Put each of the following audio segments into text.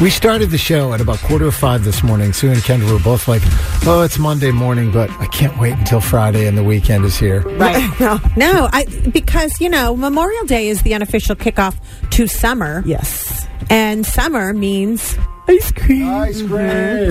We started the show at about quarter of five this morning. Sue and Kendra were both like, "Oh, it's Monday morning, but I can't wait until Friday and the weekend is here." Right. No, no, I because you know Memorial Day is the unofficial kickoff to summer, yes. and summer means Ice cream. Ice cream.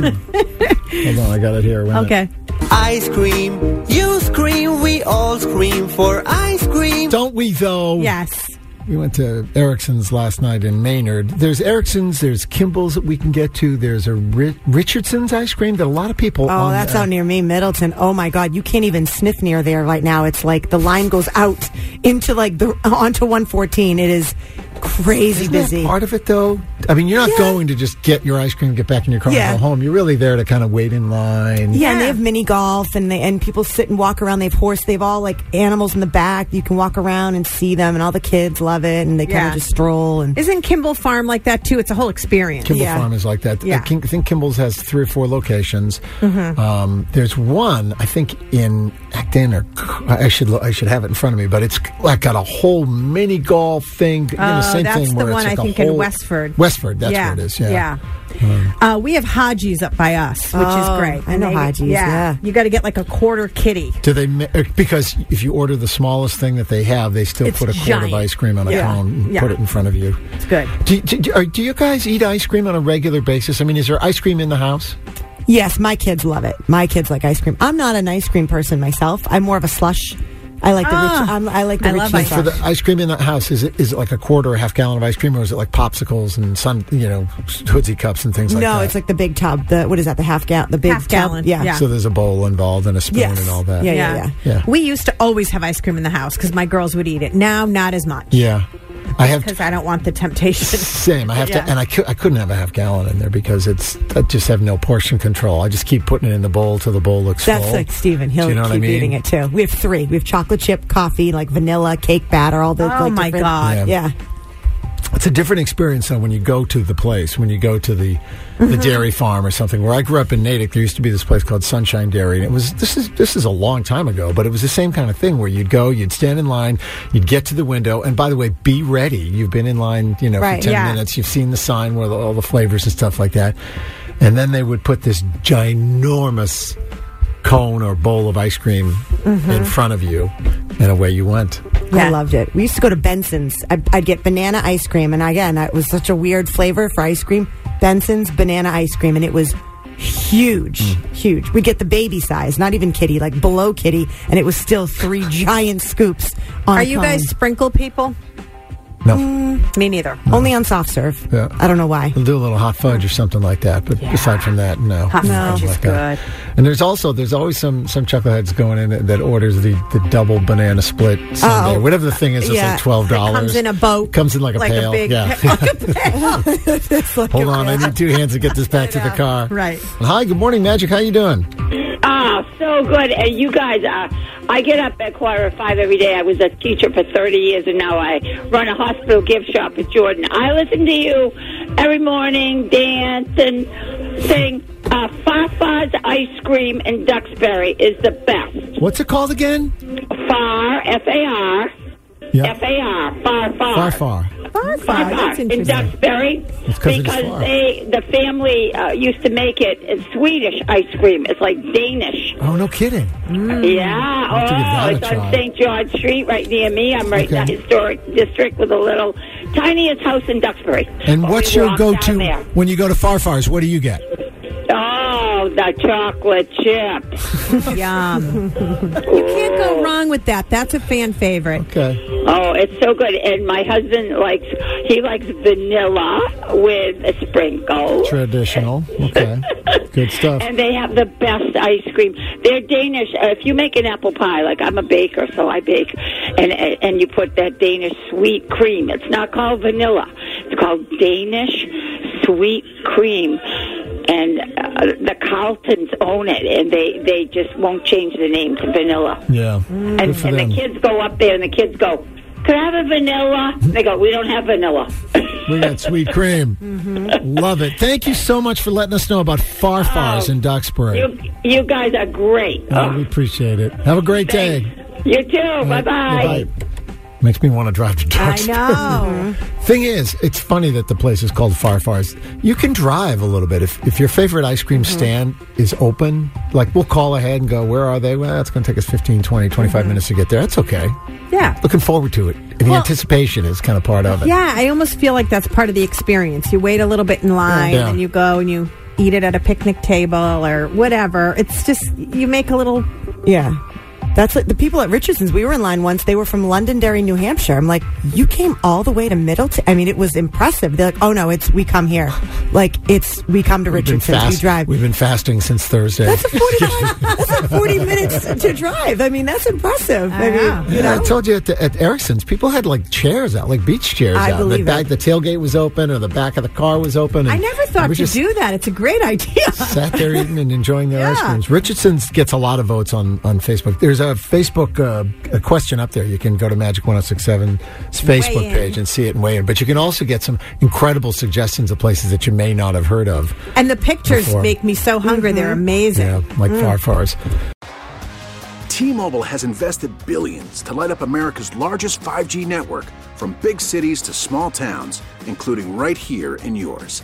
Hold on, I got it here. Wait a Mm-hmm. minute. okay. Ice cream, you scream, we all scream for ice cream. Don't we though? Yes. We went to Erickson's last night in Maynard. There's Erickson's, there's Kimball's that we can get to. There's a Ri- Richardson's ice cream that a lot of people. Oh, on that's uh, out near me, Middleton. Oh my God, you can't even sniff near there right now. It's like the line goes out into like the onto 114. It is crazy Isn't that busy. part of it though. I mean, you're not Yeah. going to just get your ice cream, get back in your car, Yeah. and go home. You're really there to kind of wait in line. Yeah, and Yeah. they have mini golf, and they, and people sit and walk around. They have horse. They have all like animals in the back. You can walk around and see them, and all the kids love it, and they kind Yeah. of just stroll. And Isn't Kimball Farm like that too? It's a whole experience. Kimball Yeah. Farm is like that. Yeah. Mm-hmm. I think, I think Kimball's has three or four locations. Um, there's one, I think, in Acton or I should lo- I should have it in front of me, but it's like got a whole mini golf thing. you know, Oh, same that's thing the where it's one like I a think in whole- Westford. Westford, that's where it is. Yeah. Uh, we have Haji's up by us, which Oh, is great. I know Haji's, yeah. You got to get like a quarter kitty. Do they ma- uh, because if you order the smallest thing that they have, they still It's put a quart of giant. ice cream on a Yeah. cone and Yeah. put it in front of you. It's good. Do, do, do, are- do you guys eat ice cream on a regular basis? I mean, is there ice cream in the house? yes, my kids love it. My kids like ice cream. I'm not an ice cream person myself. I'm more of a slush. I like the Ah. rich. I'm, I like the I love Ritchie ice slush. For the ice cream in that house, is it is it like a quarter or a half gallon of ice cream, or is it like popsicles and sun, you know, hoodie cups and things like that? no, it's like the big tub. The what is that? The half gallon. The big Half tub? gallon, Yeah. yeah. so there's a bowl involved and a spoon Yes. and all that. Yeah, yeah, yeah. We used to always have ice cream in the house because my girls would eat it. Now, not as much yeah. I have because I don't want the temptation. same. I have Yeah. to, and I, cou- I couldn't have a half gallon in there because it's I just have no portion control. I just keep putting it in the bowl till the bowl looks That's full. like Steven. Do He'll you know what keep I mean? eating it too. We have three. We have chocolate chip, coffee, like vanilla, cake batter, all the. Oh, like, my different- God. Yeah. It's a different experience though when you go to the place, when you go to the the dairy farm or something. Where I grew up in Natick, there used to be this place called Sunshine Dairy, and it was this is this is a long time ago, but it was the same kind of thing where you'd go, you'd stand in line, you'd get to the window, and by the way, be ready. You've been in line, you know, Right, for ten yeah. minutes. You've seen the sign where the, all the flavors and stuff like that, and then they would put this ginormous cone or bowl of ice cream in front of you, and away you went. I loved it. We used to go to Benson's. I'd, I'd get banana ice cream, and again, it was such a weird flavor for ice cream. Benson's banana ice cream, and it was huge, Mm. huge. We'd get the baby size, not even kitty, like below kitty, and it was still three giant scoops on. Are a you cone. guys sprinkle people? Mm, No. Me neither. only on soft serve? Yeah. I don't know why. They'll do a little hot fudge or something like that. But aside from that, no. Hot Nothing fudge is that. And there's also there's always some some chuckleheads going in that, that orders the, the double banana split sundae, Oh. whatever the thing is. It's Yeah. like twelve dollars. Comes in a boat. Comes in like a like pail. A big yeah. like a pail. It's like Hold a- on, I need two hands to get this back to the car. Right. Hi, good morning, Magic. How you doing? Ah, so good. And you guys, uh, I get up at quarter of five every day. I was a teacher for 30 years, and now I run a hospital gift shop at Jordan. I listen to you every morning, dance and sing. Uh, Fafa's ice cream in Duxbury is the best. What's it called again? Far, F A R, Yeah. F A R, far, far. Far, far. Far, That's far in interesting. Duxbury It's 'cause it's because far. they the family uh, used to make it it's Swedish ice cream. It's like Danish. Oh, no kidding. have to Mm. give Yeah. that Oh, a it's on try. St. George Street right near me. I'm right in Okay. the historic district with a little tiniest house in Duxbury. And But what's we your walk down go-to there. when you go to Farfar's? What do you get? Oh, the chocolate chip. Yum. you can't go wrong with that. That's a fan favorite. Okay. Oh, it's so good. And my husband likes he likes vanilla with a sprinkle. Traditional. Okay. Good stuff. And they have the best ice cream. They're Danish. Uh, If you make an apple pie, like I'm a baker, so I bake, and and you put that Danish sweet cream. It's not called vanilla. It's called Danish sweet cream, and uh, the Carltons own it, and they they just won't change the name to vanilla. Yeah. And, Good for and them. the kids go up there, and the kids go, "Could I have a vanilla?" They go, "We don't have vanilla." We got sweet cream. Mm-hmm. Love it. Thank you so much for letting us know about Farfars in Duxbury. Oh, you you guys are great. Uh, we appreciate it. Have a great Thanks. day. You too. Bye bye. Makes me want to drive to I Duxbury. know. Thing is, it's funny that the place is called Farfars. You can drive a little bit. If, if your favorite ice cream Mm-hmm. stand is open, like we'll call ahead and go, where are they? Well, that's going to take us 15, 20, 25 Mm-hmm. minutes to get there. That's okay. Yeah. Looking forward to it. The Well- anticipation is kind of part of it. Yeah, I almost feel like that's part of the experience. You wait a little bit in line Yeah. and then you go and you eat it at a picnic table or whatever. It's just, you make a little. Yeah. That's it. The people at Richardson's, we were in line once. They were from Londonderry, New Hampshire. I'm like, you came all the way to Middleton. I mean, it was impressive. They're like, oh no, it's, we come here. Like, it's, we come to We've been Richardson's. We fast- drive. We've been fasting since Thursday. That's a 45, that's like 40 minutes to drive. I mean, that's impressive. I, I mean, know. you Yeah, know? I told you at, the, at Erickson's, people had like chairs out, like beach chairs out. I and the believe back, it. the tailgate was open, or the back of the car was open. I and never thought to we just do that. It's a great idea. Sat there eating and enjoying their ice Yeah. creams. Richardson's gets a lot of votes on, on Facebook. There's a Facebook uh, a question up there. You can go to Magic 1067's Weigh Facebook in. page and see it and weigh in. But you can also get some incredible suggestions of places that you may not have heard of. And the pictures Before. make me so hungry. Mm-hmm. They're amazing. Yeah, like Mm. Farfars. T-Mobile has invested billions to light up America's largest 5G network from big cities to small towns, including right here in yours.